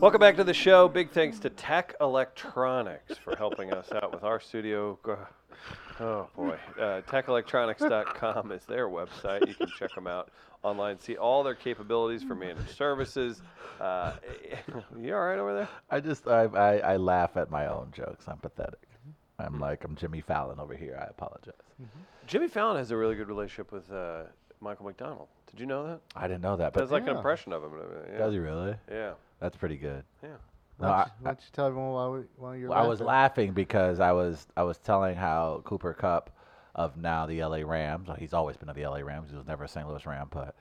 Welcome back to the show. Big thanks to Tech Electronics for helping us out with our studio. gr- Oh boy, uh, TechElectronics.com is their website. You can check them out online. See all their capabilities for managed services. Uh, you all right over there? I just I, I I laugh at my own jokes. I'm pathetic. Mm-hmm. I'm like I'm Jimmy Fallon over here. I apologize. Jimmy Fallon has a really good relationship with uh, Michael McDonald. Did you know that? I didn't know that, but That's like an yeah. impression of him. and everything, Yeah. does he really? Yeah. That's pretty good. Yeah. No, why, I, don't you, why don't you tell everyone why, we, why you're Well, I was laughing because I was I was telling how Cooper Cup of now the LA Rams. well, He's always been of the LA Rams. He was never a St. Louis Ram, but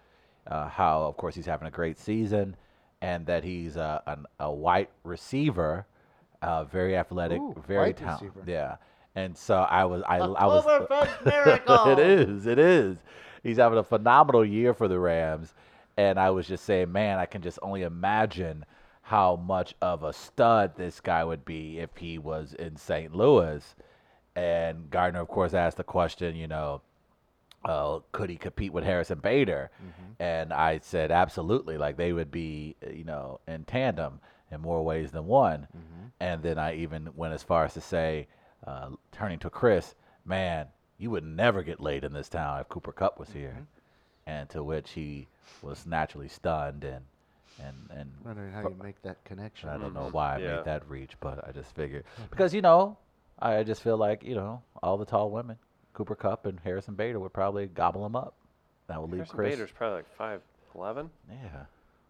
uh, how of course he's having a great season, and that he's a an, a white receiver, uh, very athletic, Ooh, very white talented. receiver. Yeah, and so I was I, I was Oktoberfest miracle. it is it is. He's having a phenomenal year for the Rams, and I was just saying, man, I can just only imagine how much of a stud this guy would be if he was in St. Louis. And Gardner, of course, asked the question, you know, uh, could he compete with Harrison Bader? Mm-hmm. And I said, absolutely. Like they would be, uh, you know, in tandem in more ways than one. Mm-hmm. And then I even went as far as to say, uh, turning to Chris, man, you would never get laid in this town if Cooper Cup was here. Mm-hmm. And to which he was naturally stunned and and and wondering how you make that connection. I don't know why I Mm-hmm. Yeah. made that reach, but I just figured because you know, I just feel like you know all the tall women, Cooper Cup and Harrison Bader would probably gobble him up. That would leave Harrison Chris. Bader's probably like five eleven. Yeah,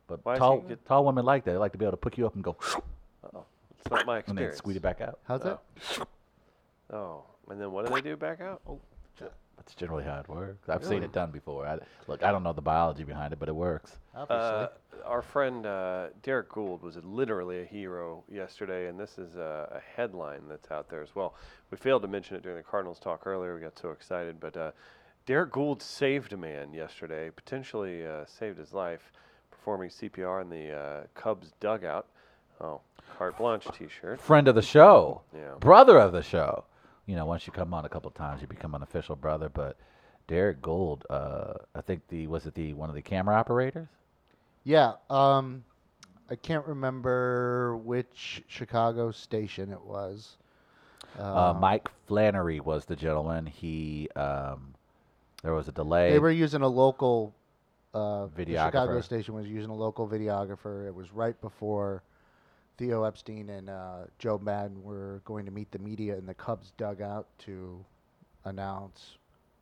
but Why does he tall get- tall women like that. They like to be able to pick you up and go Oh, it's not my and then experience. squeeze it back out. How's that? Oh, and then what do they do back out? Oh, That's generally how it works. I've seen it done before. I, look, I don't know the biology behind it, but it works. uh, our friend uh, Derek Gould was literally a hero yesterday, and this is a, a headline that's out there as well. We failed to mention it during the Cardinals talk earlier. We got so excited, but uh, Derek Gould saved a man yesterday, potentially uh, saved his life, performing CPR in the uh, Cubs dugout. Oh, carte blanche T-shirt. Friend of the show, Yeah. brother of the show. You know, once you come on a couple times, you become an official brother. But Derek Gold, uh, I think the was it the one of the camera operators. Yeah. Um, I can't remember which Chicago station it was. Uh, Um, Mike Flannery was the gentleman. He um, there was a delay. They were using a local uh, the Chicago Videographer. station was using a local videographer. It was right before Theo Epstein and uh, Joe Madden were going to meet the media in the Cubs dugout to announce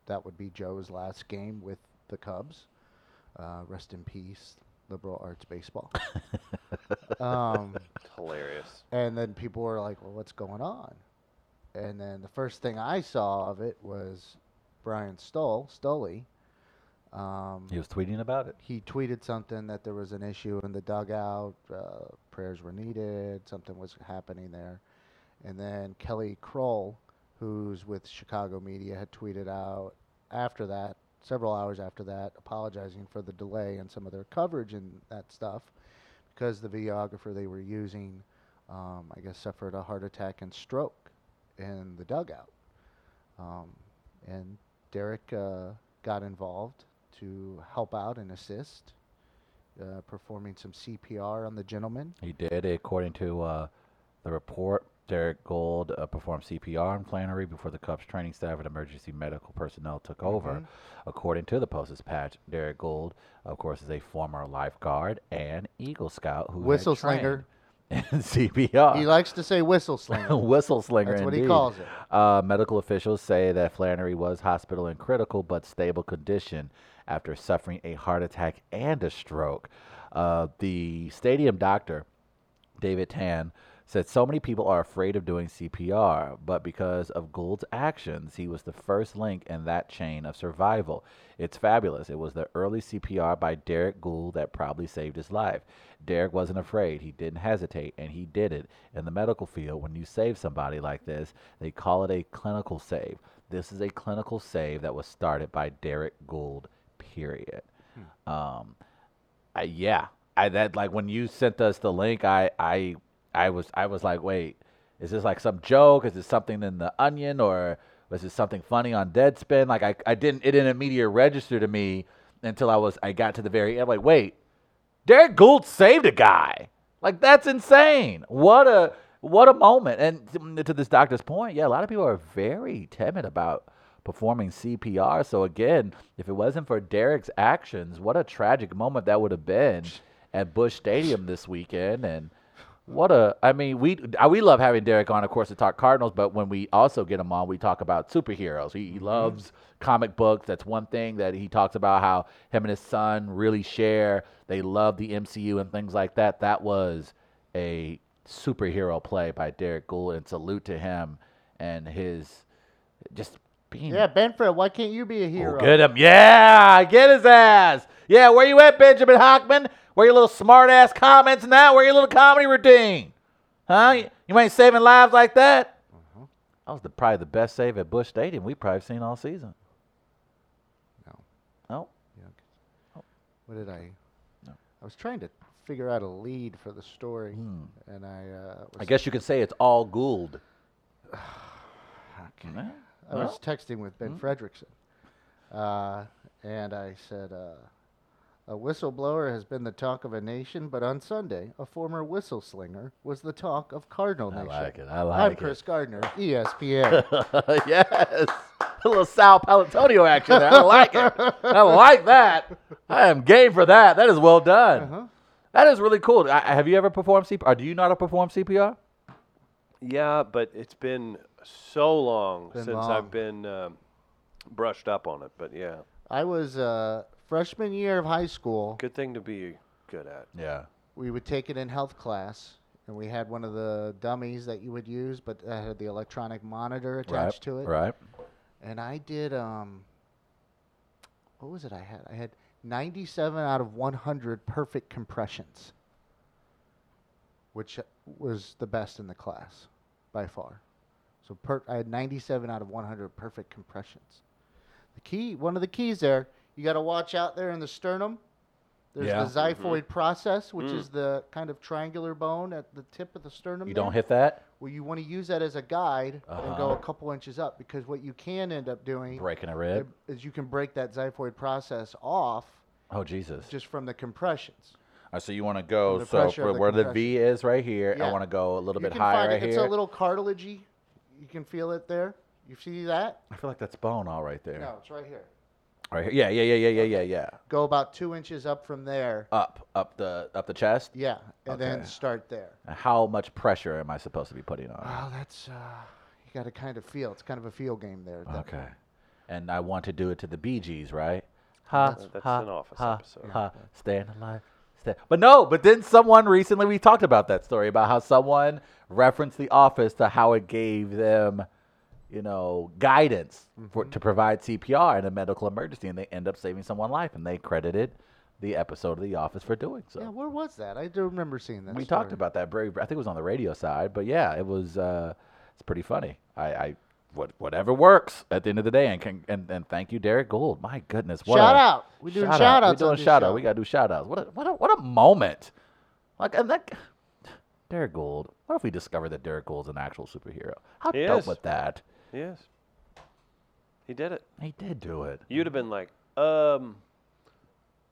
that would be Joe's last game with the Cubs. Uh, rest in peace, liberal arts baseball. um, It's hilarious. and then people were like, "Well, what's going on?" And then the first thing I saw of it was Brian Stoll, Stoley. Um, he was tweeting about it. he tweeted something that there was an issue in the dugout, uh, prayers were needed, something was happening there. And then Kelly Kroll, who's with Chicago media, had tweeted out after that, several hours after that, apologizing for the delay and some of their coverage and that stuff because the videographer they were using, um, I guess, suffered a heart attack and stroke in the dugout. Um, and Derek uh, got involved to help out and assist, uh, performing some CPR on the gentleman. He did, according to uh, the report. Derek Gold uh, performed CPR on Flannery before the Cubs training staff and emergency medical personnel took Mm-hmm. over. According to the Postage Patch, Derek Gold, of course, is a former lifeguard and Eagle Scout who had Whistle trained slinger. in CPR. He likes to say whistle slinger. whistle slinger. That's what he indeed. calls it. Uh, medical officials say that Flannery was hospital in critical but stable condition after suffering a heart attack and a stroke. Uh, the stadium doctor, David Tan, said so many people are afraid of doing CPR, but because of Gould's actions, he was the first link in that chain of survival. It's fabulous. It was the early CPR by Derek Gould that probably saved his life. Derek wasn't afraid. He didn't hesitate, and he did it. In the medical field, when you save somebody like this, they call it a clinical save. This is a clinical save that was started by Derek Gould, period. Um, I, yeah, I that like when you sent us the link, I I I was I was like, wait, is this like some joke? Is this something in the Onion or was it something funny on Deadspin? Like I I didn't it didn't immediately register to me until I was I got to the very end. Like wait, Derek Gould saved a guy. Like that's insane. What a what a moment. And to- to this doctor's point, yeah, a lot of people are very timid about performing CPR. So again, if it wasn't for Derek's actions, what a tragic moment that would have been at Bush Stadium this weekend. And what a I mean, we uh, we love having Derek on, of course, to talk Cardinals. But when we also get him on, we talk about superheroes. He, he loves comic books. That's one thing that he talks about how him and his son really share. They love the MCU and things like that. That was a superhero play by Derek Gould, and salute to him and his just being Yeah, Benfred, why can't you be a hero? Get him. Um, Yeah, get his ass. Yeah, where you at, Benjamin Hockman? Where your little smart ass comments now? Where your little comedy routine? Huh? You, you ain't saving lives like that. Mm-hmm. That was the, probably the best save at Bush Stadium we probably seen all season. No. Oh, Yuck. What did I? No. I was trying to figure out a lead for the story, Hmm. and I. Uh, was, I guess you could say it's all Gould. Okay. Yeah. I was texting with Ben Hmm. Fredrickson, uh, and I said, uh, "A whistleblower has been the talk of a nation, but on Sunday, a former whistle slinger was the talk of Cardinal I Nation." like it. I I'm like Chris it. Gardner, E ESPN. yes. A little Sal Palantonio action there. I like it. I like that. I am game for that. That is well done. uh-huh. That is really cool. I, I- have you ever performed CPR? Or do you know how to perform CPR? Yeah, but it's been so long Been since long. I've been um, brushed up on it. But yeah, I was uh, freshman year of high school. good thing to be good at. Yeah. we would take it in health class and we had one of the dummies that you would use but that had the electronic monitor attached to it Right. and i did um what was it i had i had 97 out of 100 perfect compressions which was the best in the class by far so per- i had 97 out of 100 perfect compressions the key one of the keys there you got to watch out there in the sternum there's Yeah. Mm-hmm. the xiphoid process which Mm. is the kind of triangular bone at the tip of the sternum You there. don't hit that? Well, you want to use that as a guide and go Uh-huh. a couple inches up because what you can end up doing Breaking a rib. is you can break that xiphoid process off Oh Jesus. just from the compressions. Uh, so you want to go the so pressure of for the where the compression. V is right here. I Yeah. want to go a little you bit can higher find right it. It's here. a little cartilagey. You can feel it there. You see that? I feel like that's bone all right there. No, it's right here. Right here. Yeah, yeah, yeah, yeah, yeah, yeah, yeah. Go about two inches up from there. Up, up the up the chest. Yeah, and then Okay. start there. How much pressure am I supposed to be putting on? Wow, that's uh, you got to kind of feel. It's kind of a feel game there. at that Okay. point. And I want to do it to the Bee Gees, right? Ha, That's- that's ha, an Office ha, episode. Ha, staying alive. Stay. But no, but then someone recently, we talked about that story about how someone referenced The Office to how it gave them, you know, guidance for, Mm-hmm. to provide CPR in a medical emergency, and they end up saving someone's life, and they credited the episode of The Office for doing so. Yeah, where was that? I do remember seeing that. we story. talked about that very, I think it was on the radio side, but yeah, it was, uh, it's pretty funny. I, I, what, whatever works at the end of the day, and can, and, and thank you, Derek Gould. My goodness, what Shout a- out. We're doing shout, out. outs We're on doing this shout out. show. We gotta do shout outs. What a what a what a moment. Like and that Derek Gould. What if we discover that Derek Gould's an actual superhero? How He dope is. with that. Yes, he did it. He did do it. You'd have been like, um,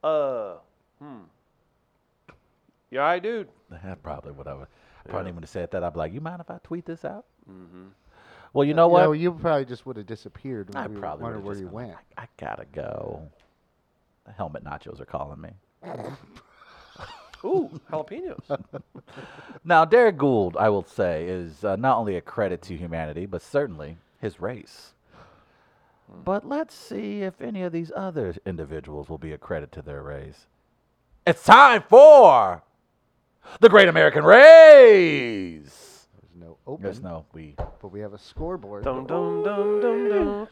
uh, hmm. Yeah, I dude. That probably would I would I probably wouldn't have said that. I'd be like, you mind if I tweet this out? Mhm. Well, you know Yeah, what? well, Mm-hmm. you probably just would have disappeared. When I we probably wondered would've where just you been went. like, I, I gotta go. The helmet nachos are calling me. Ooh, jalapenos. Now, Derek Gould, I will say, is uh, not only a credit to humanity, but certainly his race. But let's see if any of these other individuals will be a credit to their race. It's time for the Great American Race. There's no open, There's no we. but we have a scoreboard. dum dum dum dum dum.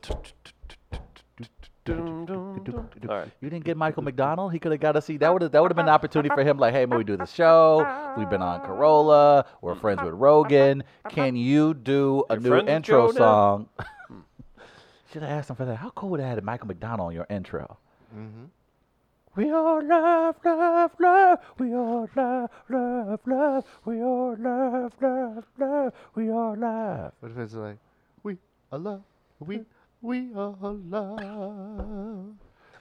Dum, dum, dum. All right. You didn't get Michael McDonald. He could have got us. See, that would have that would have been an opportunity for him. Like, hey, when we do the show, we've been on Corolla. We're friends with Rogan. Can you do a You're new friends with intro Joe now? song? Hmm. Should have asked him for that. How cool would have had Michael McDonald on your intro? Mhm. We all love, love, love. We all love, love, love. We all love, love, love. We all love. What if it's like, we are love, we we are love.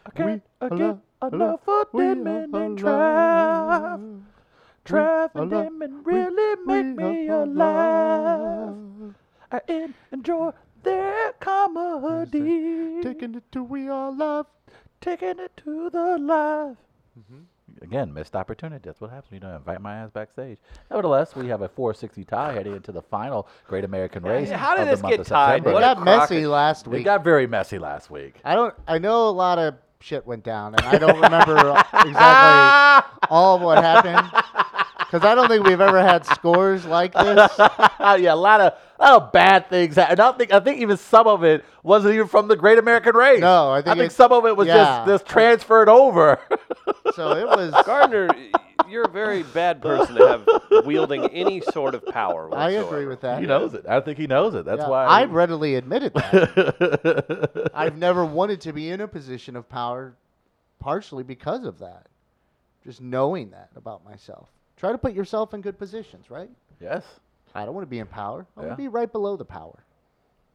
I can't are I get love, enough love, for we dead are men in love. drive. Traffic alive. Damon We- really make we are me alive. I en- enjoy their comedy. Taking it to we are love. taking it to the live. Mm-hmm. Again, missed opportunity. That's what happens when you don't invite my ass backstage. Nevertheless, we have a 460 tie heading into the final Great American Race. how did of the this month get of tied? September. It What a got messy crock- last It week. got very messy last week. I don't. I know a lot of shit went down, and I don't remember exactly all of what happened because I don't think we've ever had scores like this. yeah, a lot of, a lot of bad things. hap- And I don't think I think even some of it wasn't even from the Great American Race. No, I think it- some of it was yeah. just just transferred over. So it was. Gardner, you're a very bad person to have wielding any sort of power. I agree whatsoever. with that. he knows it. I think he knows it. That's Yeah, why I readily admitted that. I I've never wanted to be in a position of power, partially because of that. Just knowing that about myself. Try to put yourself in good positions, right? yes. I don't want to be in power. I Yeah. want to be right below the power.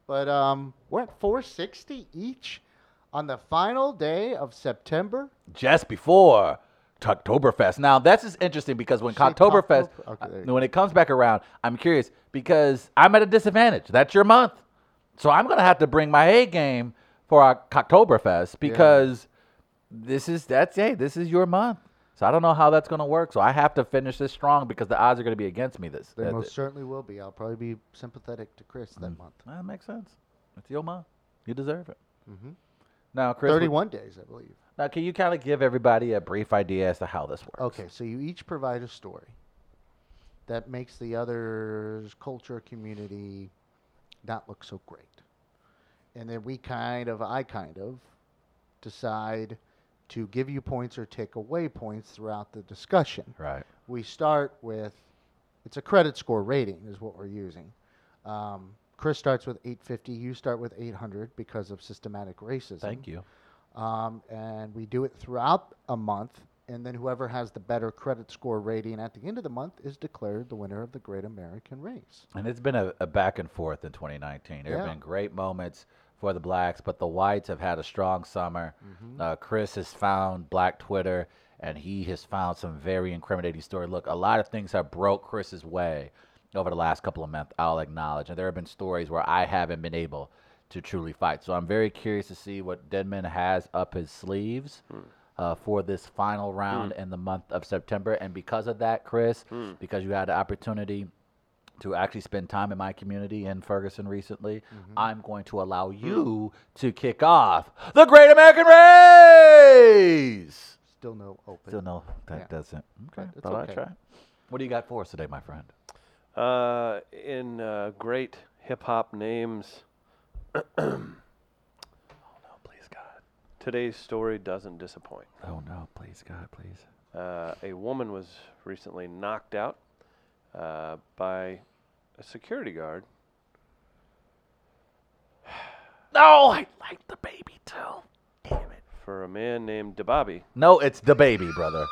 But um, we're at 460 each on the final day of September. just before Cocktoberfest. Now that's just interesting because when Say Cocktoberfest, Cocktober- okay, there you uh, when it comes back around, I'm curious because I'm at a disadvantage. That's your month, so I'm gonna have to bring my A game for our Cocktoberfest because this is that's hey this is your month. So I don't know how that's gonna work. So I have to finish this strong because the odds are gonna be against me. This They uh, most certainly will be. I'll probably be sympathetic to Chris that month. that makes sense. It's your month. You deserve it. Mhm. Now, Chris, would- 31 days, I believe. now can you kind of give everybody a brief idea as to how this works? Okay, so you each provide a story that makes the other's culture community not look so great. And then we kind of, I kind of, decide to give you points or take away points throughout the discussion. Right. we start with it's a credit score rating is what we're using. Um, Chris starts with 850. You start with 800 because of systematic racism. Thank you. Um, and we do it throughout a month, and then whoever has the better credit score rating at the end of the month is declared the winner of the Great American Race. And it's been a, a back and forth in 2019. There have Yeah. been great moments for the blacks, but the whites have had a strong summer. Uh, Chris has found black Twitter, and he has found some very incriminating story. Look, a lot of things have broke Chris's way over the last couple of months. I'll acknowledge, and there have been stories where I haven't been able to truly fight. So I'm very curious to see what Denman has up his sleeves uh, for this final round in the month of September. And because of that, Chris, because you had the opportunity to actually spend time in my community in Ferguson recently, I'm going to allow you to kick off the Great American Race. Still no open. Still no, that Yeah. doesn't. Okay, it's thought I'd okay. try. What do you got for us today, my friend? Uh, in uh, great hip hop names. oh no, please God. Today's story doesn't disappoint. Oh no, please God, please. Uh, a woman was recently knocked out uh, by a security guard. No, I like the baby too. Damn it. For a man named Dababi. No, it's the baby, brother.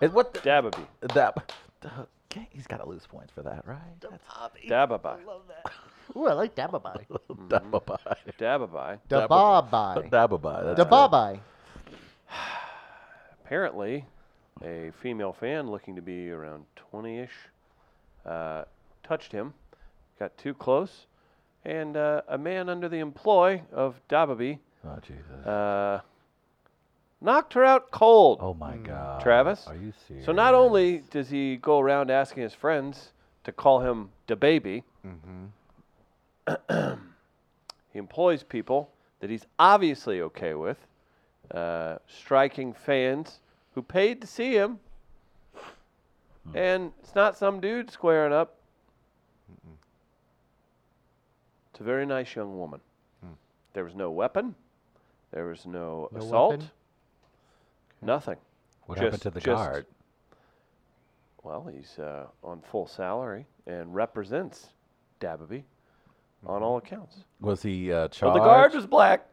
It, what the, Dababi. that? the- okay, he's got to lose points for that, right? That's Dababai. Ooh, I like Dababai. Dababai. Dababai. Mm-hmm. Dababai. Dababai. that's right. Dababai. Apparently, a female fan looking to be around 20 ish uh, touched him, got too close, and uh, a man under the employ of Dababi Oh Jesus. uh, knocked her out cold. Oh my God. Hmm. Travis? Are you serious? So not only does he go around asking his friends to call him the baby, he employs people that he's obviously okay with, uh, striking fans who paid to see him, and it's not some dude squaring up. It's a very nice young woman. There was no weapon. There was no, No assault. weapon? Nothing. What Just- happened to the just- guard? Well, he's uh, on full salary and represents Dababy on all accounts. Was he uh, charged? But Oh, the guard was black.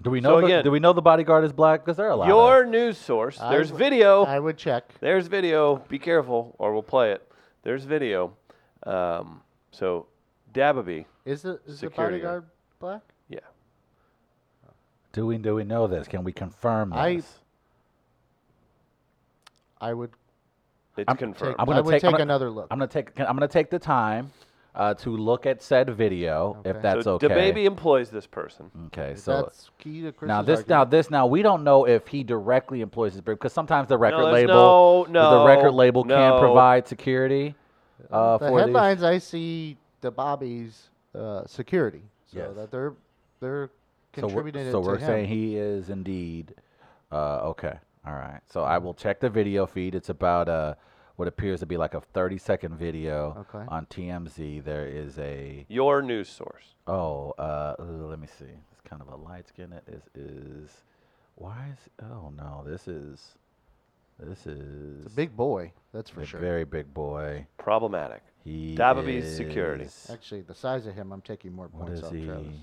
do we So know? the, again- do we know the bodyguard is black? Because they're allowed. Your news source. I There's w- video. I would check. There's video. Be careful, or we'll play it. There's video. Um, so Dababy, Is the, is the Security guard. bodyguard black? yeah, Do we do we know this? Can we confirm this? I- I would. It's I'm- confirmed. I'm Take, gonna I would take- take I'm gonna- another look. I'm gonna take. I'm gonna take the time uh, to look at said video Okay. if that's so okay. DeBaby employs this person. Okay, If so that's key to Chris's now this now argument. this now we don't know if he directly employs his brand because sometimes the record no, there's label no, the no, record label no. can provide security uh, the for these- headlines I see the Bobby's uh, security, so Yes. that they're they're So we're, contributing so it we're to saying him. he is indeed uh, okay. All right. So I will check the video feed. It's about uh, what appears to be like a 30 second video Okay. on TMZ. There is a Your news source. oh uh, ooh, let me see. It's kind of a light skin. It is is why is oh no this is this is It's a big boy, that's for a sure. very big boy. Problematic. He Dababee's is, security. Actually, the size of him, I'm taking more What points is off he? Travis.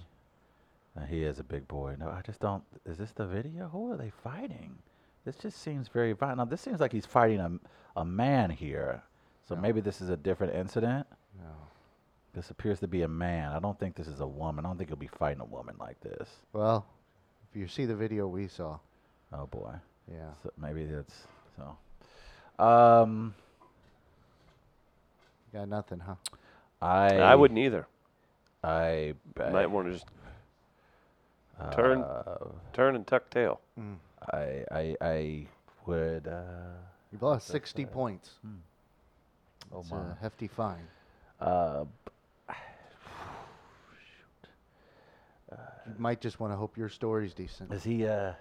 Uh, he is a big boy. No, I just don't. Is this the video? Who are they fighting? This just seems very violent. Now, this seems like he's fighting a, m- a man here. So No. maybe this is a different incident. No. This appears to be a man. I don't think this is a woman. I don't think he'll be fighting a woman like this. Well, if you see the video we saw, Oh boy. yeah. So maybe that's so. Um, Got nothing, huh? I I wouldn't either. I Might I, want to just turn- uh, turn and tuck tail. I I I would. Uh, You've lost 60 points. oh It's my. a hefty fine. Uh, You might just want to hope your story's decent. is he? Uh,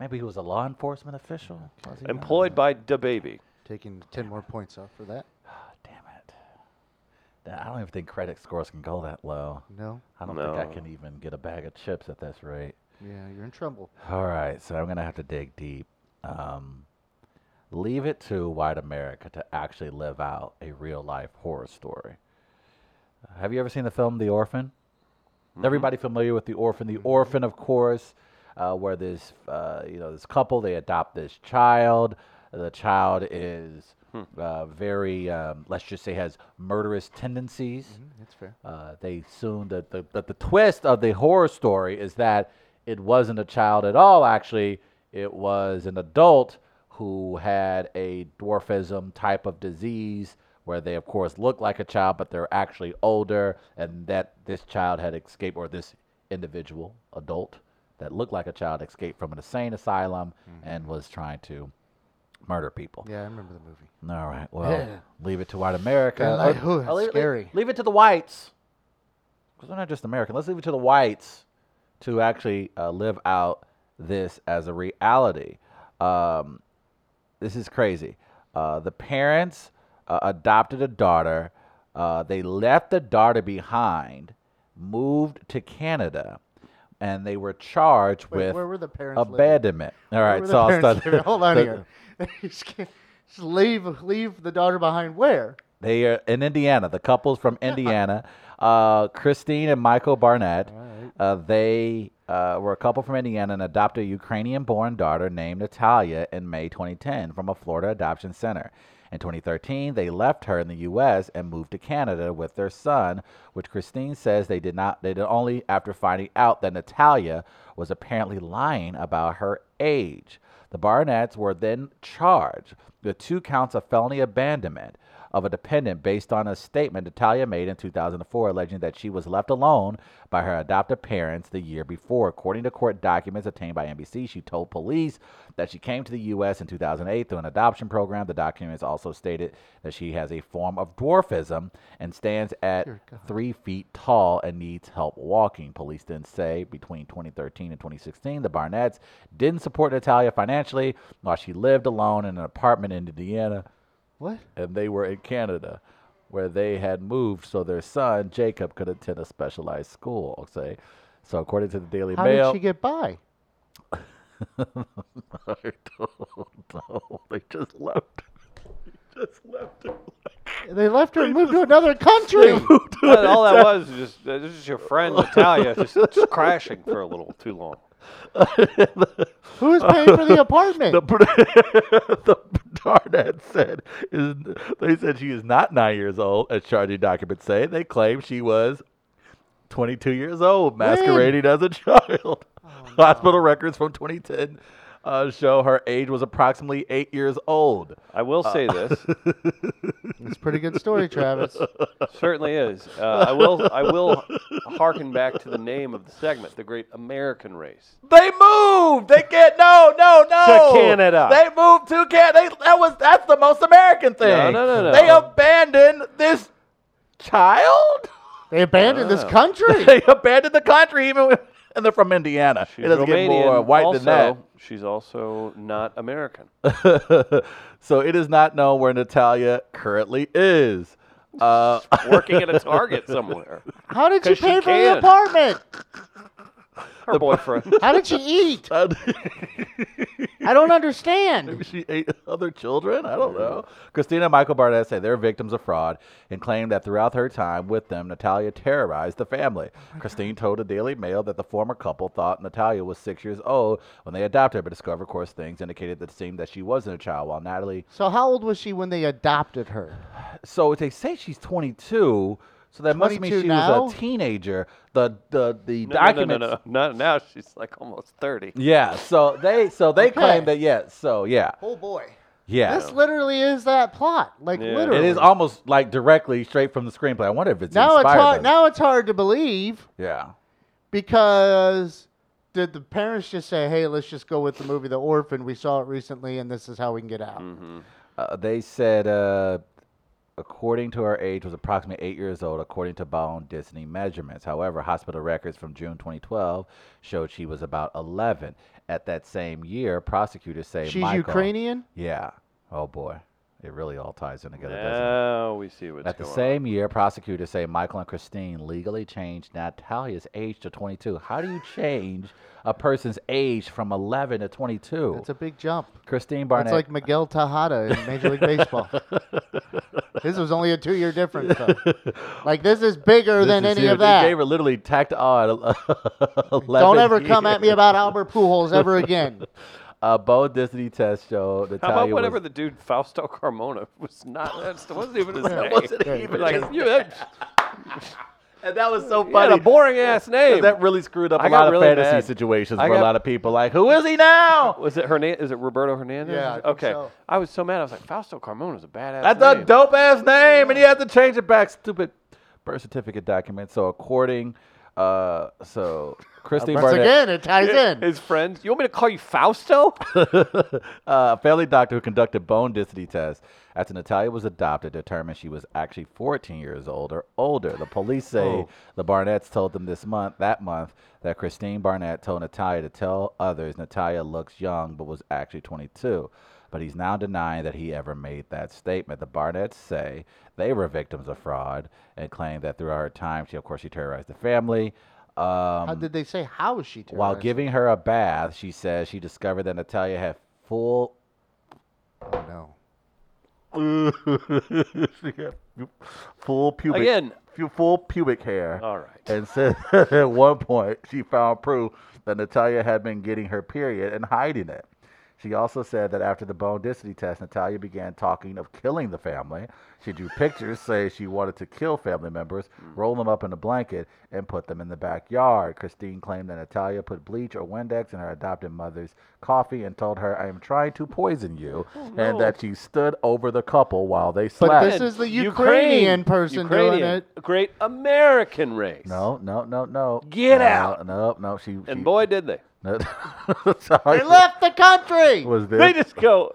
maybe he was a law enforcement official. Ah, Was he not? Employed by DaBaby. Taking 10 more points off for that. Ah, damn it! Nah, I don't even think credit scores can go that low. No? I don't think I No. can even get a bag of chips at this rate. Yeah, you're in trouble. All right, so I'm gonna have to dig deep. Um, leave it to white America to actually live out a real life horror story. Uh, Have you ever seen the film The Orphan? Everybody familiar with The Orphan? The Orphan, of course, uh, where this uh, you know this couple they adopt this child. The child is uh, very um, let's just say has murderous tendencies. Mm, That's fair. Uh, they assumed that the, that the twist of the horror story is that it wasn't a child at all, actually. It was an adult who had a dwarfism type of disease where they, of course, look like a child, but they're actually older, and that this child had escaped, or this individual, adult, that looked like a child, escaped from an insane asylum and was trying to murder people. Yeah, I remember the movie. All right, well, Yeah. leave it to white America. Yeah, Or- like, ooh, or that's Oh, leave- leave- scary. Leave, it to the whites, because we're not just American. Let's leave it to the whites to actually uh, live out this as a reality. Um, this is crazy. Uh, the parents uh, adopted a daughter. Uh, they left the daughter behind, moved to Canada, and they were charged Wait, with where were the parents living? abandonment. All Where right, were the so I'll parents start. living? Hold on the- here. just, can't- just leave, leave the daughter behind where? They are in Indiana. The couple's from Indiana, uh, Christine and Michael Barnett. Uh, they uh, were a couple from Indiana and adopted a Ukrainian-born daughter named Natalia in May 2010 from a Florida adoption center. In 2013, they left her in the U.S. and moved to Canada with their son, which Christine says they did not. They did only after finding out that Natalia was apparently lying about her age. The Barnetts were then charged with two counts of felony abandonment of a dependent based on a statement Natalia made in 2004 alleging that she was left alone by her adoptive parents the year before. According to court documents obtained by NBC, she told police that she came to the U.S. in 2008 through an adoption program. The documents also stated that she has a form of dwarfism and stands at Dear God. three feet tall and needs help walking. Police then say between 2013 and 2016, the Barnetts didn't support Natalia financially while she lived alone in an apartment in Indiana What? and they were in Canada, where they had moved so their son Jacob could attend a specialized school. Okay, so according to the Daily How Mail, did she get by? I don't know. They just left. They just left it. They left her and moved to another country. That- all that was was just uh, this is your friend Natalia just, just crashing for a little too long. Who's paying for the apartment? The, the Darnett said is they said she is not nine years old, as charging documents say. They claim she was Oh, 22 years old, masquerading as a child. Hospital records from 2010 uh, show her age was approximately eight years old. I will Uh, say this It's a pretty good story, Travis. certainly is. Uh, I will I will harken back to the name of the segment, the Great American Race. They moved. They can't. No, no, no. To Canada. They moved to Canada. They, that was. That's the most American thing. no, no, no. They abandoned this child. They abandoned this Wow. country. they abandoned the country. Even when, and they're from Indiana. She's it doesn't Romanian. get more white also, than that. She's also not American. so it is not known where Natalia currently is. Uh, Working at a Target somewhere. How did she 'Cause she pay for the can. apartment? Her boyfriend. How did she eat? I don't understand. Maybe Uh, she ate other children. I don't know. Christina and Michael Barnett say they're victims of fraud and claim that throughout her time with them, Natalia terrorized the family. Oh Christine told the Daily Mail that the former couple thought Natalia was six years old when they adopted her, but discovered, of course, things indicated that it seemed that she wasn't a child. While Natalie, So how old was she when they adopted her? so they say she's 22. So that must mean 22 she now? was a teenager. The the the No, no, no, documents. no, no, Not now. She's like almost thirty. Yeah. So they so they Okay. claim that yeah. So yeah Oh boy. yeah. This literally is that plot. Like Yeah. It literally. It is almost like directly straight from the screenplay. I wonder if it's now it's inspired hard by now it's hard to believe this. Yeah. because did the parents just say, "Hey, let's just go with the movie The Orphan. We saw it recently and this is how we can get out." Mm-hmm. Uh, they said, uh, according to her age, was approximately eight years old, according to Bone Disney measurements. However, hospital records from June 2012 showed she was about 11. At that same year, prosecutors say She's Michael- Ukrainian? Yeah. Oh boy, it really all ties in together, doesn't it? Now we see what's At the going same year, prosecutors say Michael and Christine legally changed Natalia's age to 22. How do you change a person's age from 11 to 22? That's a big jump. Christine That's Barnett. like Miguel Tejada in Major League Baseball. His was only a two-year difference, though. Like this is bigger This than is any huge. of that. They were literally tacked on. 11 Don't ever come years. at me about Albert Pujols ever again. A Bo Disney test show. Natalia on. How about was- whatever the dude Fausto Carmona was not? That wasn't even his name. wasn't Yeah. even like, his you had, and that was so you had funny. a boring ass name. that really screwed up I a got lot of really fantasy mad. situations I for a got- lot of people. Like, who is he now? was it Hernandez? Is it Roberto Hernandez? Yeah, I think okay. so. I was so mad. I was like, Fausto Carmona is a badass. That's name. a dope ass name, and you have to change it back. Stupid birth certificate document. So according, uh, so Christine Once Barnett. again, it ties in. His friends. You want me to call you Fausto? uh, a family doctor who conducted bone density tests after Natalia was adopted determined she was actually 14 years old or older. The police say the Barnetts told them this month, that month, that Christine Barnett told Natalia to tell others Natalia looks young but was actually 22. But he's now denying that he ever made that statement. The Barnetts say they were victims of fraud and claim that throughout her time, she of course she terrorized the family. Um, How did they say how is she terrorized? while giving her a bath, she says she discovered that Natalia had full Oh, no. full pubic Again. pu- full pubic hair. All right. And said at one point she found proof that Natalia had been getting her period and hiding it. She also said that after the bone density test, Natalia began talking of killing the family. She drew pictures saying she wanted to kill family members, Mm. roll them up in a blanket, and put them in the backyard. Christine claimed that Natalia put bleach or Windex in her adopted mother's coffee and told her, I am trying to poison you, Oh, and that she stood over the couple while they slept. this is the Ukrainian person doing Ukrainian, it. Great American race. No, no, no, no. Get No, out. No, no. She. she- And boy, did they. no. They left the country. Was They this? just go,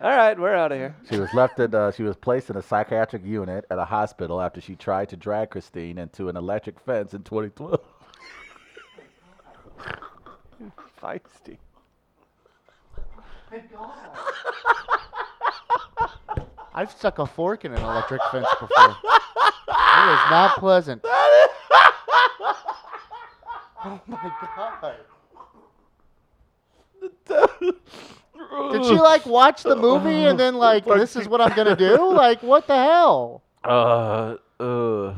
all right, we're out of here. She was left at. Uh, she was placed in a psychiatric unit at a hospital after she tried to drag Christine into an electric fence in 2012. Feisty. I've stuck a fork in an electric fence before. It was not pleasant. oh my god. Did she like watch the movie and then like this is what I'm gonna do? Like what the hell? Uh, uh,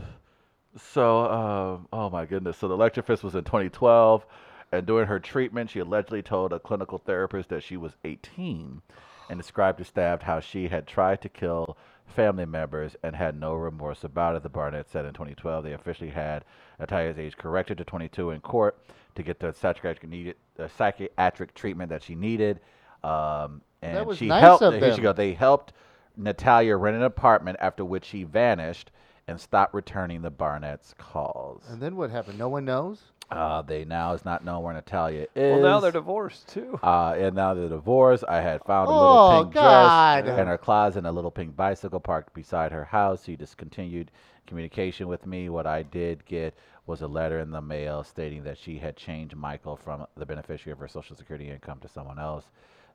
so, um, oh my goodness. So the lecture fist was in 2012, and during her treatment, she allegedly told a clinical therapist that she was 18 and described to staff how she had tried to kill family members and had no remorse about it. The Barnett said in 2012 they officially had Natalia's age corrected to 22 in court to get the psychiatric needed the psychiatric treatment that she needed. Um, and was she nice helped. of Here she them. go. They helped Natalia rent an apartment after which she vanished and stopped returning the Barnett's calls. And then what happened? No one knows. Uh, they now is not known where Natalia is. Well, now they're divorced too. Uh, and now they're divorced. I had found a Oh, little pink God. dress in her closet and a little pink bicycle parked beside her house. She discontinued communication with me. What I did get was a letter in the mail stating that she had changed Michael from the beneficiary of her Social Security income to someone else.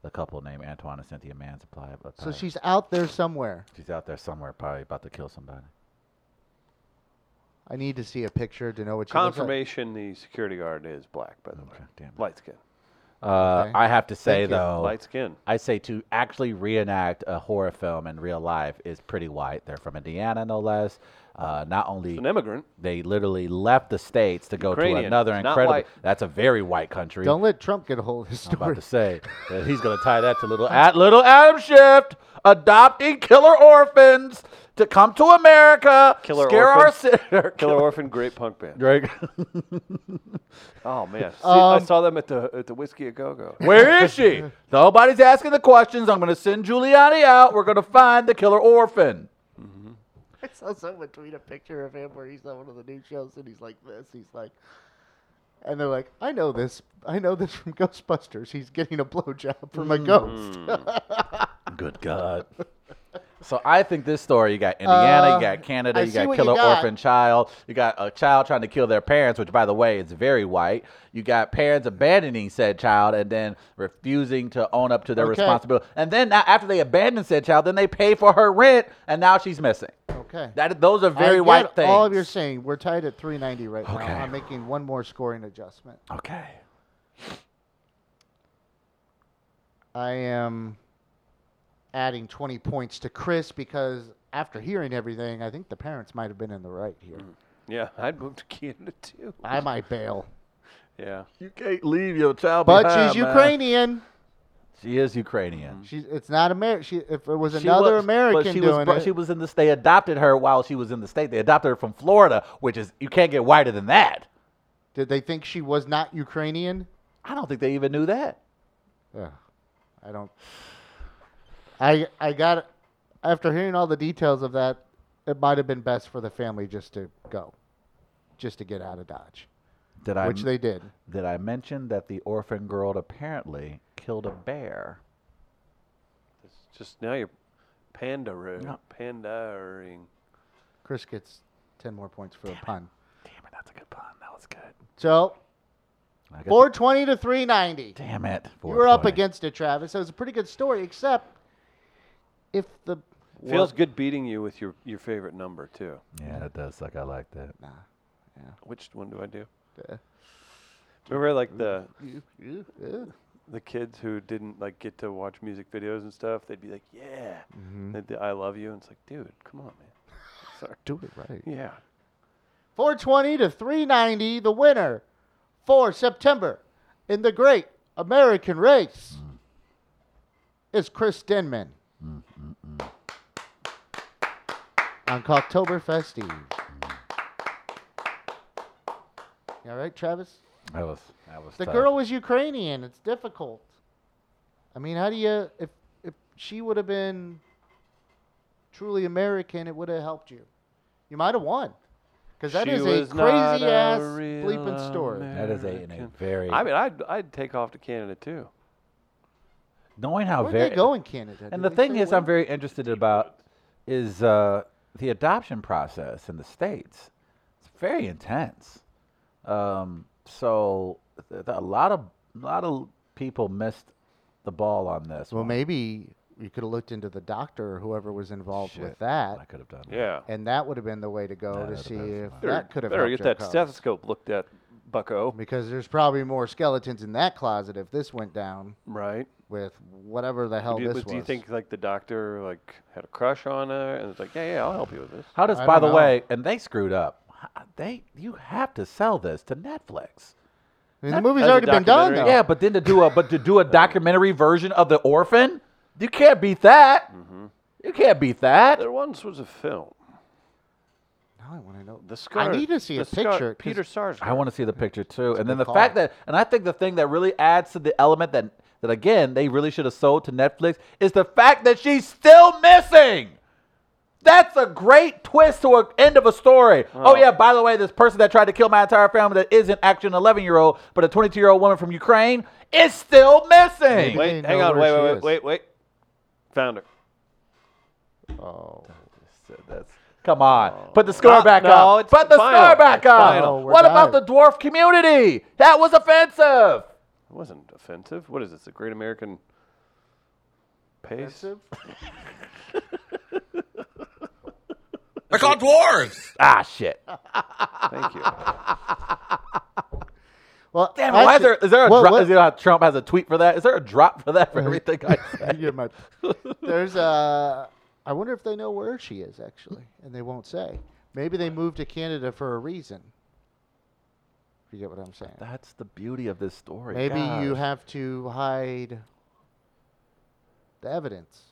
The couple named Antoine and Cynthia Mann's applied. So she's out there somewhere. she's out there somewhere, probably about to kill somebody. I need to see a picture to know what she looks like. Confirmation: the security guard is black, by the way. Okay, damn. it. Light skin. Uh, Okay. I have to say Thank you. though, Light skin. I say to actually reenact a horror film in real life is pretty white. They're from Indiana, no less. Uh, not only It's an immigrant. they literally left the states to go Ukrainian. to another It's not incredible. white. That's a very white country. Don't let Trump get a hold of this I'm about story. to say that he's going to tie that to little at little Adam Shift adopting killer orphans to come to America, Killer scare orphans? our city. Killer Orphan, great punk band. Drake. Oh man, See, I Um, saw them at the at the Whiskey a Go Go. Where is she? Nobody's asking the questions. I'm going to send Giuliani out. We're going to find the killer orphan. I saw someone tweet a picture of him where he's on one of the new shows and he's like this. He's like, and they're like, I know this. I know this from Ghostbusters. He's getting a blowjob from a Hmm. ghost. Good God. So I think this story, you got Indiana, Uh, you got Canada, I you see got what you killer got. orphan child, you got a child trying to kill their parents, which by the way is very white. You got parents abandoning said child and then refusing to own up to their Okay. responsibility. And then now, after they abandon said child, then they pay for her rent, and now she's missing. Okay. That those are I very get white things. All of your saying. We're tied at 390 right Okay. now. I'm making one more scoring adjustment. okay. I am adding 20 points to Chris because after hearing everything, I think the parents might have been in the right here. Yeah, I'd move to Canada too. I Mm. might bail. Yeah. You can't leave your child But she's Ukrainian. She is Ukrainian. She's it's not American. She if it was She another was- but American she was, doing bro- it. She was in the. They adopted her while she was in the state. They adopted her from Florida, which is you can't get whiter than that. Did they think she was not Ukrainian? I don't think they even knew that. Ugh, I don't. I I got after hearing all the details of that, it might have been best for the family just to go, just to get out of Dodge, Did I? which they did. did I mention that the orphan girl apparently killed a bear? It's just now you're pandering. No. Pandering. Chris gets ten more points for a pun. Damn it, that's a good pun. That was good. So I guess- 420 to 390. Damn it. You were up 420. against it, Travis. It was a pretty good story, except if the Feels good beating you with your, your favorite number too. Yeah, that does suck. I like that. Nah. Which one do I do? Uh, Remember like the Ugh. the kids who didn't like get to watch music videos and stuff. They'd be like, "Yeah, Mm-hmm. They'd do, I love you," and it's like, "Dude, come on, man." Sorry. Do it right. Yeah. 420 to 390, the winner for September in the great American race is Chris Denman on Cocktoberfest Eve. You All right, Travis? That was. That was. The tough. girl was Ukrainian. It's difficult. I mean, how do you if if she would have been truly American, it would have helped you. You might have won. Because that She is was a not crazy a ass real bleeping story. That is a, in a American. very. I mean, I'd I'd take off to Canada too. knowing how Where'd very. they go in Canada? And Did the they thing say is, where? I'm very interested about is uh, the adoption process in the states. It's very intense. Um, so th- th- a lot of a lot of people missed the ball on this. Well, one. maybe you could have looked into the doctor or whoever was involved Shit, with that, I could have done. That. Yeah. and that would have been the way to go That to would've see been if smart. Better- that could have better helped get that your cause. stethoscope looked at, Bucko. Because there's probably more skeletons in that closet if this went down Right. with whatever the hell do, you- Oh, this but was. do you think like the doctor like had a crush on her and it's like, yeah, yeah, I'll help you with this. How does, I by the don't know. way, and they screwed up. H- They you have to sell this to Netflix. I That- mean, the movie's that's a already been done, documentary. though. No. Yeah, but then to do a but to do a documentary version of the orphan, You can't beat that. hmm You can't beat that. There once was a film. Now I want to know. The Scar. need to see the a Scar- picture, 'cause Peter Sarsgaard. I want to see the picture too. And then good the fact call. that, and I think the thing that really adds to the element that, that again, they really should have sold to Netflix is the fact that she's still missing. That's a great twist to an end of a story. Oh, Well- yeah, by the way, this person that tried to kill my entire family that isn't actually an 11 year old, but a 22 year old woman from Ukraine is still missing. Maybe- Wait, They hang know on. Wait, where wait, she wait, is. wait, wait. Found her. Oh, That's- Come on, put the score No, back Oh. no, up. it's Put the final. score back It's up. final. Oh, We're What about the done. dwarf community? That was offensive. It wasn't offensive. What is this? The Great American Pace? They're called dwarves. Ah, shit. Thank you. well, Damn it, why is actually- there, is there a what- drop? what- Is there how Trump has a tweet for that? Is there a drop for that for everything I You say? get my- There's a. I wonder if they know where she is actually, and they won't say. Maybe they moved to Canada for a reason. If you get what I'm saying. That's the beauty of this story. Maybe you gosh. have to hide the evidence.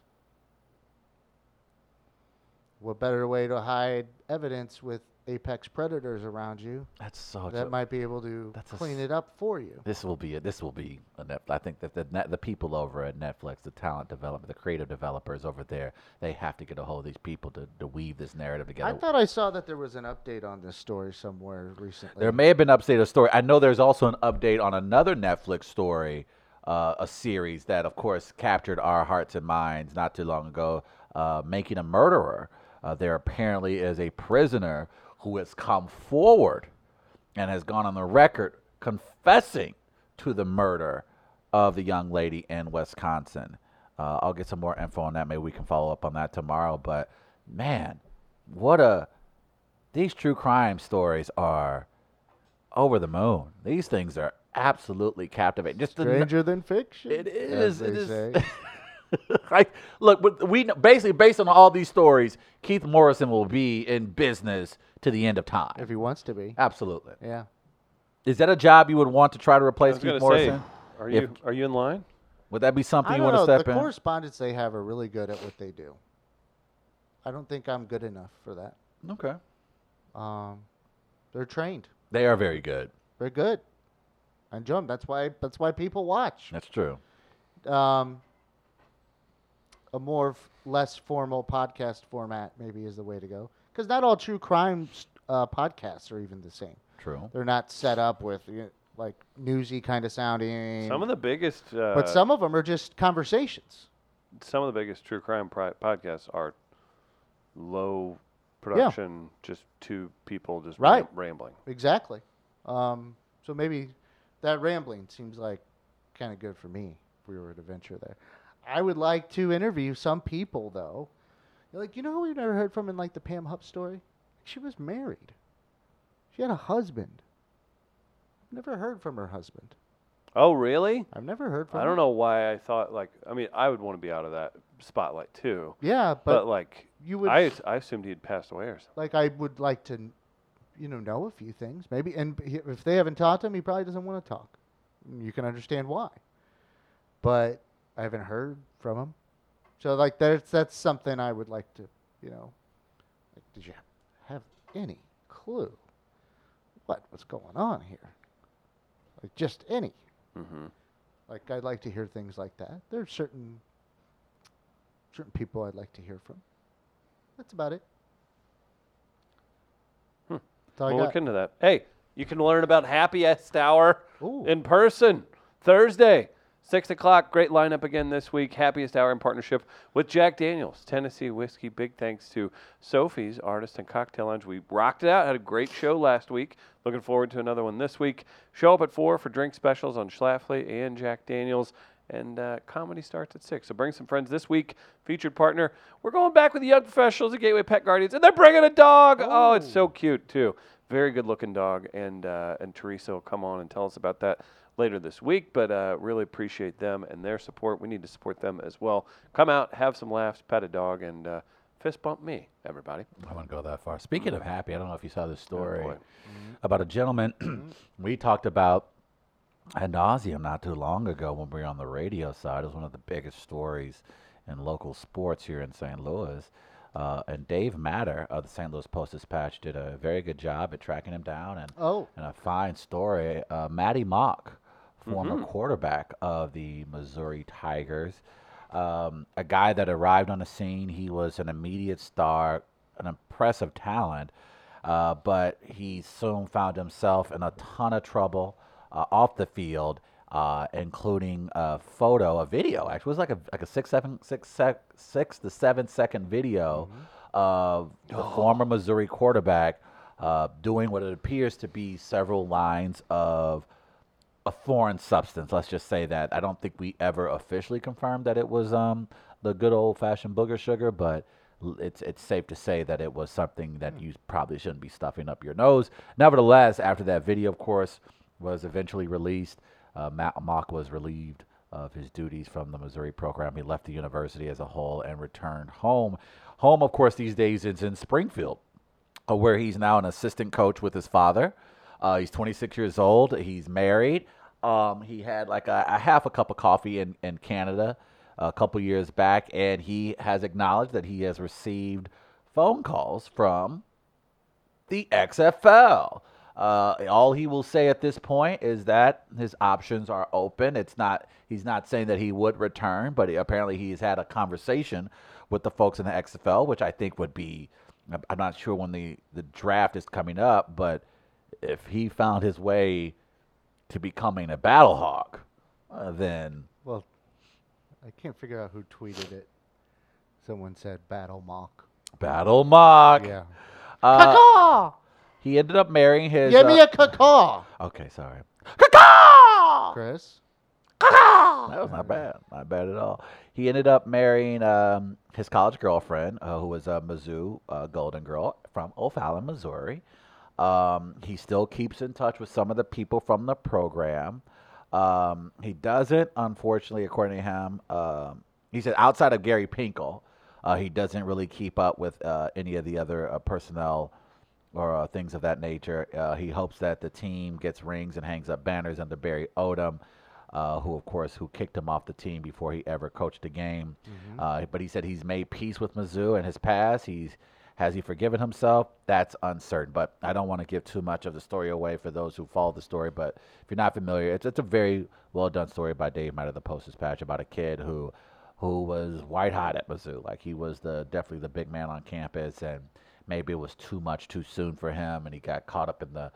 What better way to hide evidence with apex predators around you That's so. that That might be able to That's a clean s- it up for you? this will be a, this will be a Netflix. I think that the net, the people over at Netflix, the talent development, the creative developers over there, they have to get a hold of these people to, to weave this narrative I together. thought I saw that there was an update on this story somewhere recently. There may have been an update of story. I know there's also an update on another Netflix story, uh, a series that, of course, captured our hearts and minds not too long ago, uh, Making a Murderer. Uh, there apparently is a prisoner who has come forward and has gone on the record confessing to the murder of the young lady in Wisconsin. Uh, I'll get some more info on that. Maybe we can follow up on that tomorrow. But man, what a these true crime stories are over the moon. These things are absolutely captivating. Just the n- Stranger than fiction. it is. as It they is. say. like, look, but we kn- basically based on all these stories, Keith Morrison will be in business to the end of time. if he wants to be. Absolutely. Yeah. Is that a job you would want to try to I replace was Keith gonna say, Morrison? are If- you are you in line? Would that be something I you don't want to know. step the in? correspondents they have are really good at what they do. I don't think I'm good enough for that. Okay. Um, they're trained. They are very good. They're good. I enjoy 'em. That's why. That's why people watch. That's true. Um, a more f- less formal podcast format maybe is the way to go because not all true crime s- uh, podcasts are even the same. True. They're not set up with you know, like newsy kind of sounding. Some of the biggest, uh, but some of them are just conversations. some of the biggest true crime pri- podcasts are low production, just two people just Right. ram- rambling. Exactly. Um, so maybe that rambling seems like kind of good for me if we were to venture there. I would like to interview some people though. You're like, you know who we never heard from in like the Pam Hupp story? She was married. She had a husband. Never heard from her husband. Oh, really? I've never heard from I her. don't know why I thought like. I mean, I would want to be out of that spotlight too. Yeah, But, but, like, you would I I assumed he had passed away or something. like I would like to you know know a few things maybe and he- if they haven't talked to him he probably doesn't want to talk Mm, you can understand why but i haven't heard from him so like that's that's something i would like to you know like did you have any clue what was going on here like just any Mm-hmm. like i'd like to hear things like that there's certain certain people i'd like to hear from that's about it Hmm. That's all I we'll got. look into that. Hey, you can learn about Happiest Hour Ooh. in person Thursday, 6 o'clock. Great lineup again this week. Happiest Hour in partnership with Jack Daniels, Tennessee Whiskey. Big thanks to Sophie's Artist and Cocktail Lounge. We rocked it out, had a great show last week. Looking forward to another one this week. Show up at 4 for drink specials on Schlafly and Jack Daniels. And uh, comedy starts at 6. So bring some friends this week. Featured partner, we're going back with the Young Professionals at Gateway Pet Guardians, and they're bringing a dog. Oh, it's so cute, too. Very good looking dog. And, uh, and Teresa will come on and tell us about that later this week, but uh, really appreciate them and their support. We need to support them as well. Come out, have some laughs, pet a dog, and uh, fist bump me, everybody. I wouldn't go that far. Speaking of happy, I don't know if you saw this story boy. about a gentleman we talked about ad nauseum not too long ago when we were on the radio side. It was one of the biggest stories in local sports here in St. Louis. Uh, and Dave Matter of the St. Louis Post Dispatch did a very good job at tracking him down and Oh, and a fine story. Uh, Matty Mock, former quarterback of the Missouri Tigers, um, a guy that arrived on the scene. He was an immediate star, an impressive talent, uh, but he soon found himself in a ton of trouble uh, off the field. Uh, including a photo, a video. Actually, it was like a like a six, seven, six, sec, six to seven second video of the former Missouri quarterback uh, doing what it appears to be several lines of a foreign substance. Let's just say that. I don't think we ever officially confirmed that it was um, the good old fashioned booger sugar, but l- it's it's safe to say that it was something that you probably shouldn't be stuffing up your nose. Nevertheless, after that video, of course, was eventually released, uh, Matt Mock was relieved of his duties from the Missouri program. He left the university as a whole and returned home. Home, of course, these days is in Springfield uh, where he's now an assistant coach with his father. Uh, he's 26 years old. He's married. Um, he had like a, a half a cup of coffee in, in Canada a couple years back, and he has acknowledged that he has received phone calls from the XFL. Uh, all he will say at this point is that his options are open. It's not he's not saying that he would return, but apparently he's had a conversation with the folks in the XFL, which I think would be. I'm- I'm not sure when the the draft is coming up, but if he found his way to becoming a battle hawk, uh, then well, I can't figure out who tweeted it. Someone said battle mock. battle mock. Yeah. Uh, Caw! he ended up marrying his. Give me uh, a caw, okay, sorry. Chris. That was not bad. Not bad at all. He ended up marrying um, his college girlfriend, uh, who was a Mizzou uh, Golden Girl from O'Fallon, Missouri. Um, he still keeps in touch with some of the people from the program. Um, he doesn't, unfortunately, according to him, um, he said outside of Gary Pinkel, uh, he doesn't really keep up with uh, any of the other uh, personnel or uh, things of that nature. Uh, he hopes that the team gets rings and hangs up banners under Barry Odom, uh, who of course who kicked him off the team before he ever coached a game. Uh, but he said he's made peace with Mizzou and his past. He's has he forgiven himself? That's uncertain. But I don't want to give too much of the story away for those who follow the story. But if you're not familiar, it's, it's a very well done story by Dave Matter, the Post Dispatch, about a kid who who was white hot at Mizzou. Like he was the definitely the big man on campus, and maybe it was too much too soon for him, and he got caught up in the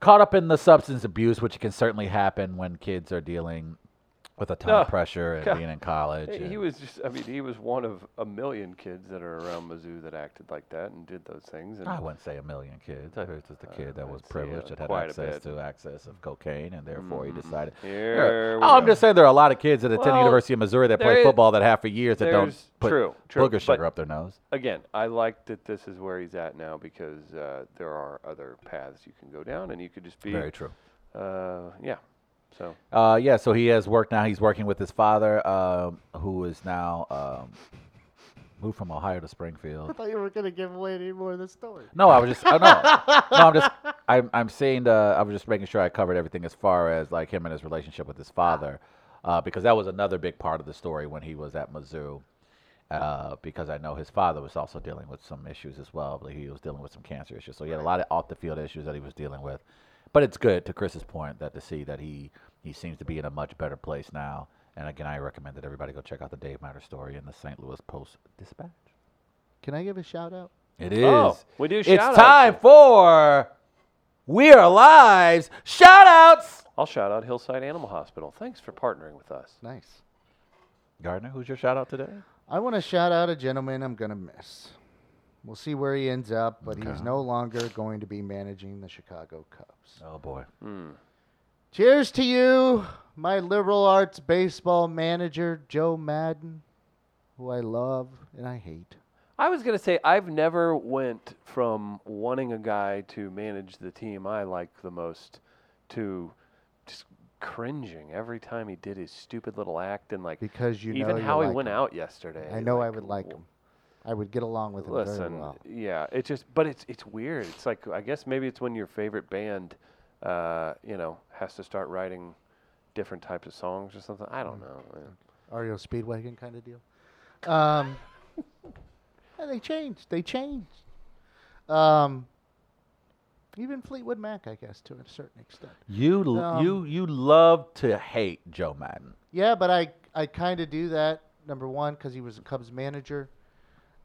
caught up in the substance abuse, which can certainly happen when kids are dealing with a ton of No. pressure and God. being in college. Hey, He and- was just, I mean, he was one of a million kids that are around Mizzou that acted like that and did those things. And I wouldn't say a million kids. I heard it's just a kid that I'd was say, uh, privileged that had quite a access bit. Mm-hmm. to access of cocaine, and therefore he decided. Here we oh, I'm go. just saying there are a lot of kids that attend the Well, University of Missouri that there play is- football that have for years that don't there's- put true, true, booger but- sugar up their nose. Again, I like that this is where he's at now because uh, there are other paths you can go down, and you could just be Very true. Uh, yeah. So Uh, yeah, so he has worked now. He's working with his father, um, who is now um, moved from Ohio to I Springfield. thought you were going to give away any more of the story. No, I was just oh, no, no. I'm just I'm I'm saying uh, I was just making sure I covered everything as far as like him and his relationship with his father, uh, because that was another big part of the story when he was at Mizzou, uh, because I know his father was also dealing with some issues as well. But he was dealing with some cancer issues, so he had a lot of off the field issues that he was dealing with. But it's good to Chris's point that to see that he he seems to be in a much better place now. And again, I recommend that everybody go check out the Dave Matter story in the St. Louis Post Dispatch. Can I give a shout out? It is. Oh, we do It's shout-outs. time for We Are Lives shout outs. I'll shout out Hillside Animal Hospital. Thanks for partnering with us. Nice. Gardner, who's your shout out today? I want to shout out a gentleman I'm going to miss. We'll see where he ends up, but he's Okay. no longer going to be managing the Chicago Cubs. Oh, boy. Hmm. Cheers to you, my liberal arts baseball manager, Joe Madden, who I love and I hate. I was gonna say I've never went from wanting a guy to manage the team I like the most to just cringing every time he did his stupid little act and like Because you know even you how he like went him. out yesterday. I know I like, would like w- him. I would get along with him very Listen, well. yeah, it just but it's it's weird. It's like I guess maybe it's when your favorite band, uh, you know, has to start Hmm. writing different types of songs or something. I don't know. man. REO Speedwagon kind of deal. Um, yeah, they changed. They changed. Um, even Fleetwood Mac, I guess, to a certain extent. You l Um, you you love to hate Joe Madden. Yeah, but I I kind of do that. Number one, because he was a Cubs manager,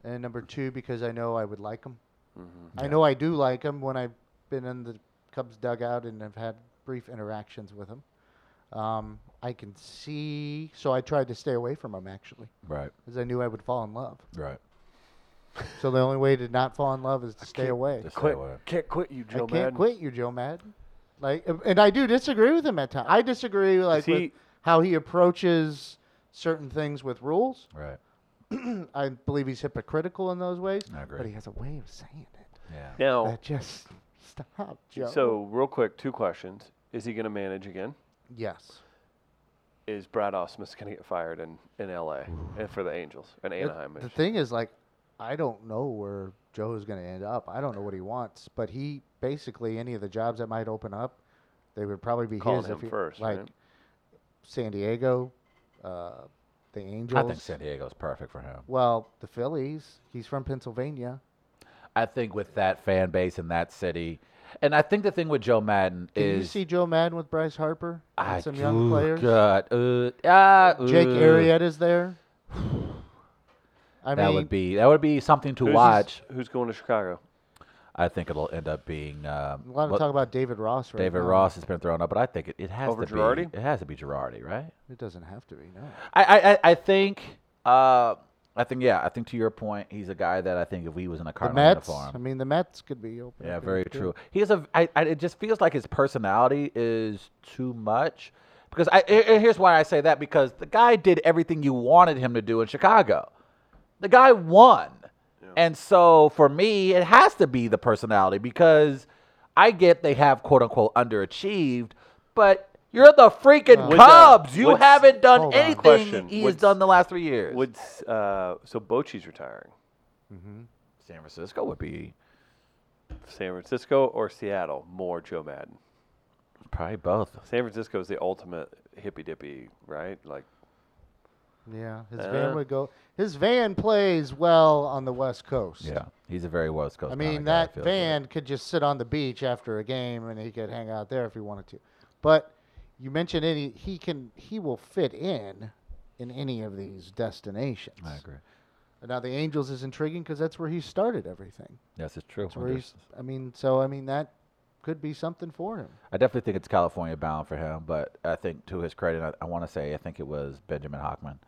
and number two, because I know I would like him. Mhm. I know I do like him when I've been in the Cubs dugout and I've had brief interactions with him. Um, I can see, so I tried to stay away from him actually, Right. because I knew I would fall in love. Right. So the only way to not fall in love is to stay can't away. Just Quit, that way. can't quit, you I Joe can't Madden. quit you, Joe Madden. Like, uh, and I do disagree with him at times. I disagree, like, with he- how he approaches certain things with rules. Right. I believe he's hypocritical in those ways. I agree. But he has a way of saying it Yeah. Now, that just stop, Joe. Oh. so real quick, two questions: Is he going to manage again? yes, Is Brad Osmus going to get fired in in L.A. and for the Angels and It- Anaheim? I the should- thing is, like, I don't know where Joe is going to end up. I don't know what he wants, but he basically any of the jobs that might open up, they would probably be Call his him if he, first, like right? San Diego, uh, the I Angels. think San Diego's perfect for him. Well, the Phillies. He's from Pennsylvania. I think with that fan base in that city, and I think the thing with Joe Madden Did you is see Joe Madden with Bryce Harper and I some do- young players? God, uh, ah, Jake uh, Arrieta's there. I that mean, would be that would be something to Who's his- watch. who's going to Chicago? I think it'll end up being um, a lot of what- talk about David Ross right David now. Ross has been thrown up, but I think it, it has Over to Girardi? be it has to be um, Girardi, right? It doesn't have to be. No. I I, I- I think uh, I think yeah, I think to your point, he's a guy that I think if he was in a The Cardinal Mets. uniform, I mean, the Mets could be open. Yeah, up very there, too. true. He is a. I, I, it just feels like his personality is too much. Because I, here- here- here's why I say that. Because the guy did everything you wanted him to do in Chicago. The guy won, and so for me, it has to be the personality. Because I get they have quote unquote underachieved, but you're the freaking Would, uh, Cubs. you would- haven't done hold on. anything Question. he Would- has done the last three years. Would s- uh, so Bochy's retiring. Mm-hmm. San Francisco would be San Francisco or Seattle? More Joe Madden. probably both. San Francisco is the ultimate hippy dippy, right? Like Yeah, his Uh. van would go. His van plays well on the West Coast. Yeah, he's a very West Coast. I kinda mean, guy, that feels like. van could just sit on the beach after a game, and he could hang out there if he wanted to. But you mentioned any, he can, he will fit in in any of these destinations. I agree. Now the Angels is intriguing because that's where he started everything. Yes, it's true. That's where he's. I mean, so I mean that could be something for him. I definitely think it's California bound for him, but I think to his credit, I, I want to say I think it was Benjamin Hockman,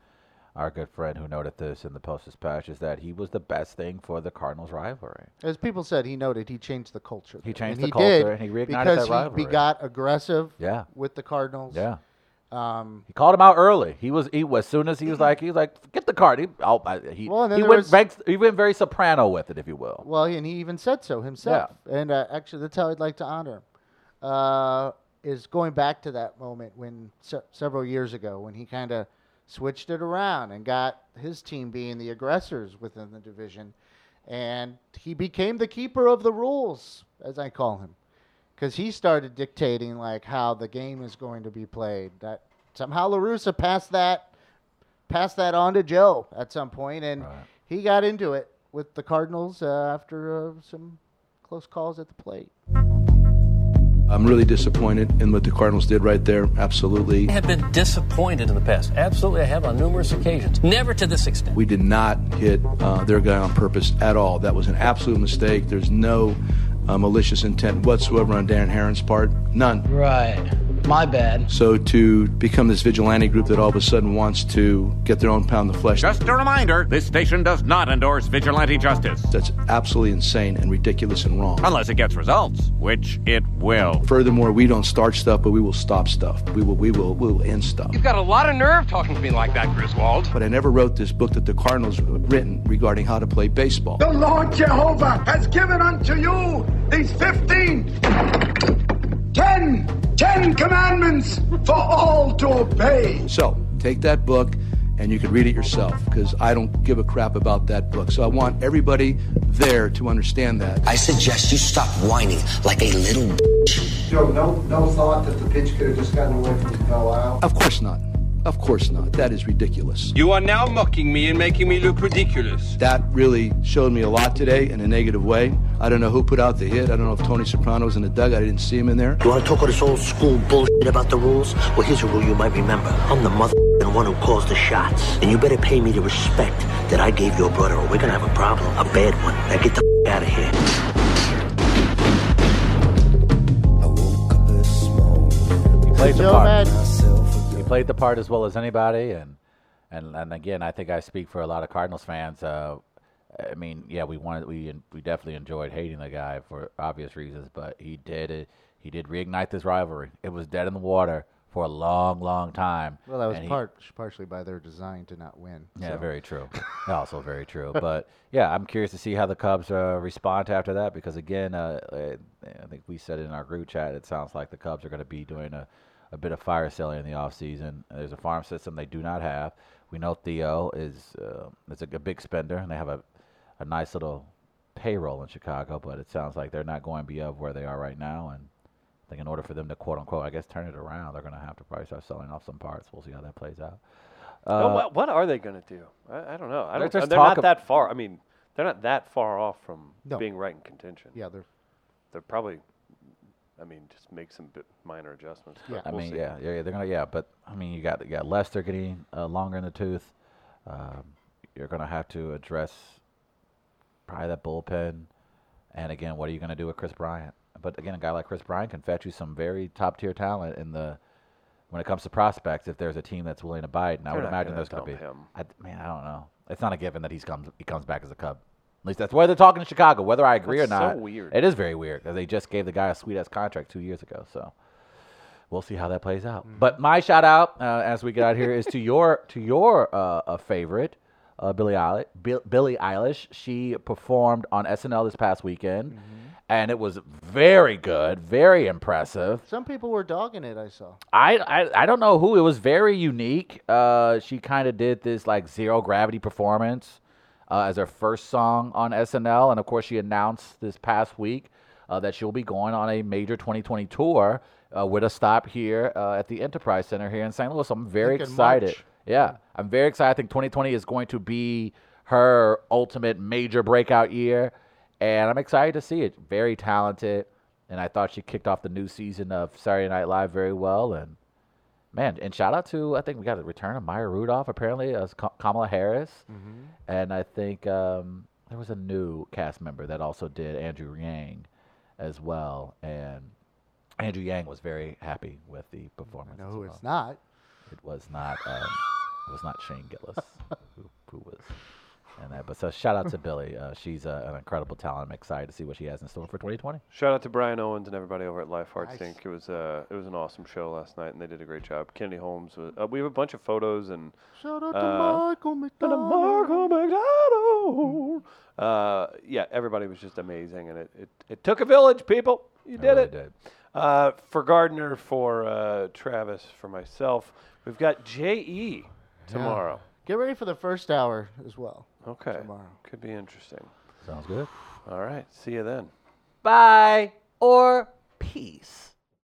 our good friend, who noted this in the Post Dispatch, is that he was the best thing for the Cardinals rivalry. As people said, he noted he changed the culture. He there, and changed the did culture, and he reignited because that rivalry. he got aggressive. Yeah. With the Cardinals. Yeah, Um, he called him out early. He was he was- as soon as he was like he was like get the card. He, oh, I- he, Well, and then he there went was- very, he went very soprano with it, if you will. Well, and he even said so himself. And uh, actually, that's how I'd like to honor him. Uh, is going back to that moment when se- several years ago when he kind of switched it around and got his team being the aggressors within the division, and he became the keeper of the rules, as I call him, because he started dictating like how the game is going to be played. That somehow Larusa passed that passed that on to Joe at some point, and Right. he got into it with the Cardinals uh, after uh, some close calls at the plate. I'm really disappointed in what the Cardinals did right there. Absolutely. I have been disappointed in the past. Absolutely, I have on numerous occasions. Never to this extent. We did not hit uh, their guy on purpose at all. That was an absolute mistake. There's no uh, malicious intent whatsoever on Dan Herron's part. None. Right. My bad. So to become this vigilante group that all of a sudden wants to get their own pound of flesh, Just a reminder this station does not endorse vigilante justice that's absolutely insane and ridiculous and wrong. unless it gets results, which it will. Furthermore, we don't start stuff, but we will stop stuff. We will, we will, we will end stuff. You've got a lot of nerve talking to me like that, Griswold. But I never wrote this book that the Cardinals have written regarding how to play baseball. The Lord Jehovah has given unto you these 15, 10, 10 commandments for all to obey. So take that book and you can read it yourself because I don't give a crap about that book. So I want everybody there to understand that. I suggest you stop whining like a little bitch. Joe, no, no thought that the pitch could have just gotten away from Bell out. Of course not. Of course not. That is ridiculous. You are now mocking me and making me look ridiculous. That really showed me a lot today in a negative way. I don't know who put out the hit. I don't know if Tony Soprano was in the dugout. I didn't see him in there. You want to talk all this old school bullshit about the rules? Well, here's a rule you might remember. I'm the motherfucking one who calls the shots. And you better pay me the respect that I gave your brother, or we're going to have a problem. A bad one. Now get the f- out of here. He played the Joe part. Madden. He played the part as well as anybody, and and and again, I think I speak for a lot of Cardinals fans. Uh, I mean, yeah, we wanted we we definitely enjoyed hating the guy for obvious reasons, but he did it. He did reignite this rivalry. It was dead in the water for a long, long time. Well, that was and he- part, partially by their design to not win. Yeah, so. very true. also very true. But yeah, I'm curious to see how the Cubs uh, respond after that because again, uh, uh, I think we said it in our group chat. It sounds like the Cubs are going to be doing a, a bit of fire selling in the offseason. There's a farm system they do not have. We know Theo is uh, is a, g- a big spender, and they have a, a nice little payroll in Chicago. But it sounds like they're not going beyond where they are right now, and I think in order for them to quote unquote, I guess, turn it around, they're going to have to probably start selling off some parts. We'll see how that plays out. Uh, Oh, what, what are they going to do? I, I don't know. I They're don't, just they're not talk ab- that far. I mean, they're not that far off from No. being right in contention. Yeah, they're They're probably, I mean, just make some bit minor adjustments. but Yeah. I we'll mean, see. yeah, yeah, yeah, they're gonna, yeah, but I mean, you got you got Lester getting uh, longer in the tooth. Um, you're gonna have to address probably that bullpen, and again, what are you gonna do with Chris Bryant? But again, a guy like Chris Bryant can fetch you some very top tier talent in the when it comes to prospects. If there's a team that's willing to bite, and I They're not would imagine gonna there's gonna be. dump him. Um, I man, I don't know. It's not a given that he's comes he comes back as a Cub. At least that's why they're talking in Chicago. Whether I agree That's or so not, weird. It is very weird because they just gave the guy a sweet ass contract two years ago. So we'll see how that plays out. Mm. But my shout out uh, as we get out here is to your to your uh, uh, favorite, uh, Billie Eilish. Bi- Billie Eilish. She performed on SNL this past weekend, Mm-hmm. and it was very good, very impressive. Some people were dogging it. I saw. I, I I don't know who. It was very unique. Uh, she kind of did this like zero gravity performance uh, as her first song on SNL, and of course she announced this past week uh, that she'll be going on a major 2020 tour uh, with a stop here uh, at the Enterprise Center here in St. Louis. I'm very Think in excited. March. Yeah, I'm very excited. I think 2020 is going to be her ultimate major breakout year, and I'm excited to see it. Very talented, and I thought she kicked off the new season of Saturday Night Live very well. And man, and shout out to I think we got a return of Maya Rudolph apparently as Ka- Kamala Harris, and I think um, there was a new cast member that also did Andrew Yang as well, and. Andrew Yang was very happy with the performance. No, as who well. it's not. It was not. Um, it was not Shane Gillis who, who was. And that, but so shout out to Billy. Uh, she's uh, an incredible talent. I'm excited to see what she has in store for 2020. Shout out to Brian Owens and everybody over at Life Arts Nice. Inc. It was uh, it was an awesome show last night, and they did a great job. Kennedy Holmes. Was, uh, we have a bunch of photos and Shout out Uh, to Michael and a McDonald. Marco McDonald. Uh, yeah, everybody was just amazing, and it, it, it took a village, people. You It did really it. Uh, for Gardner, for uh, Travis, for myself, we've got J.E. tomorrow. Get ready for the first hour as well. Okay. Tomorrow. Could be interesting. Sounds good. All right. See you then. Bye or peace.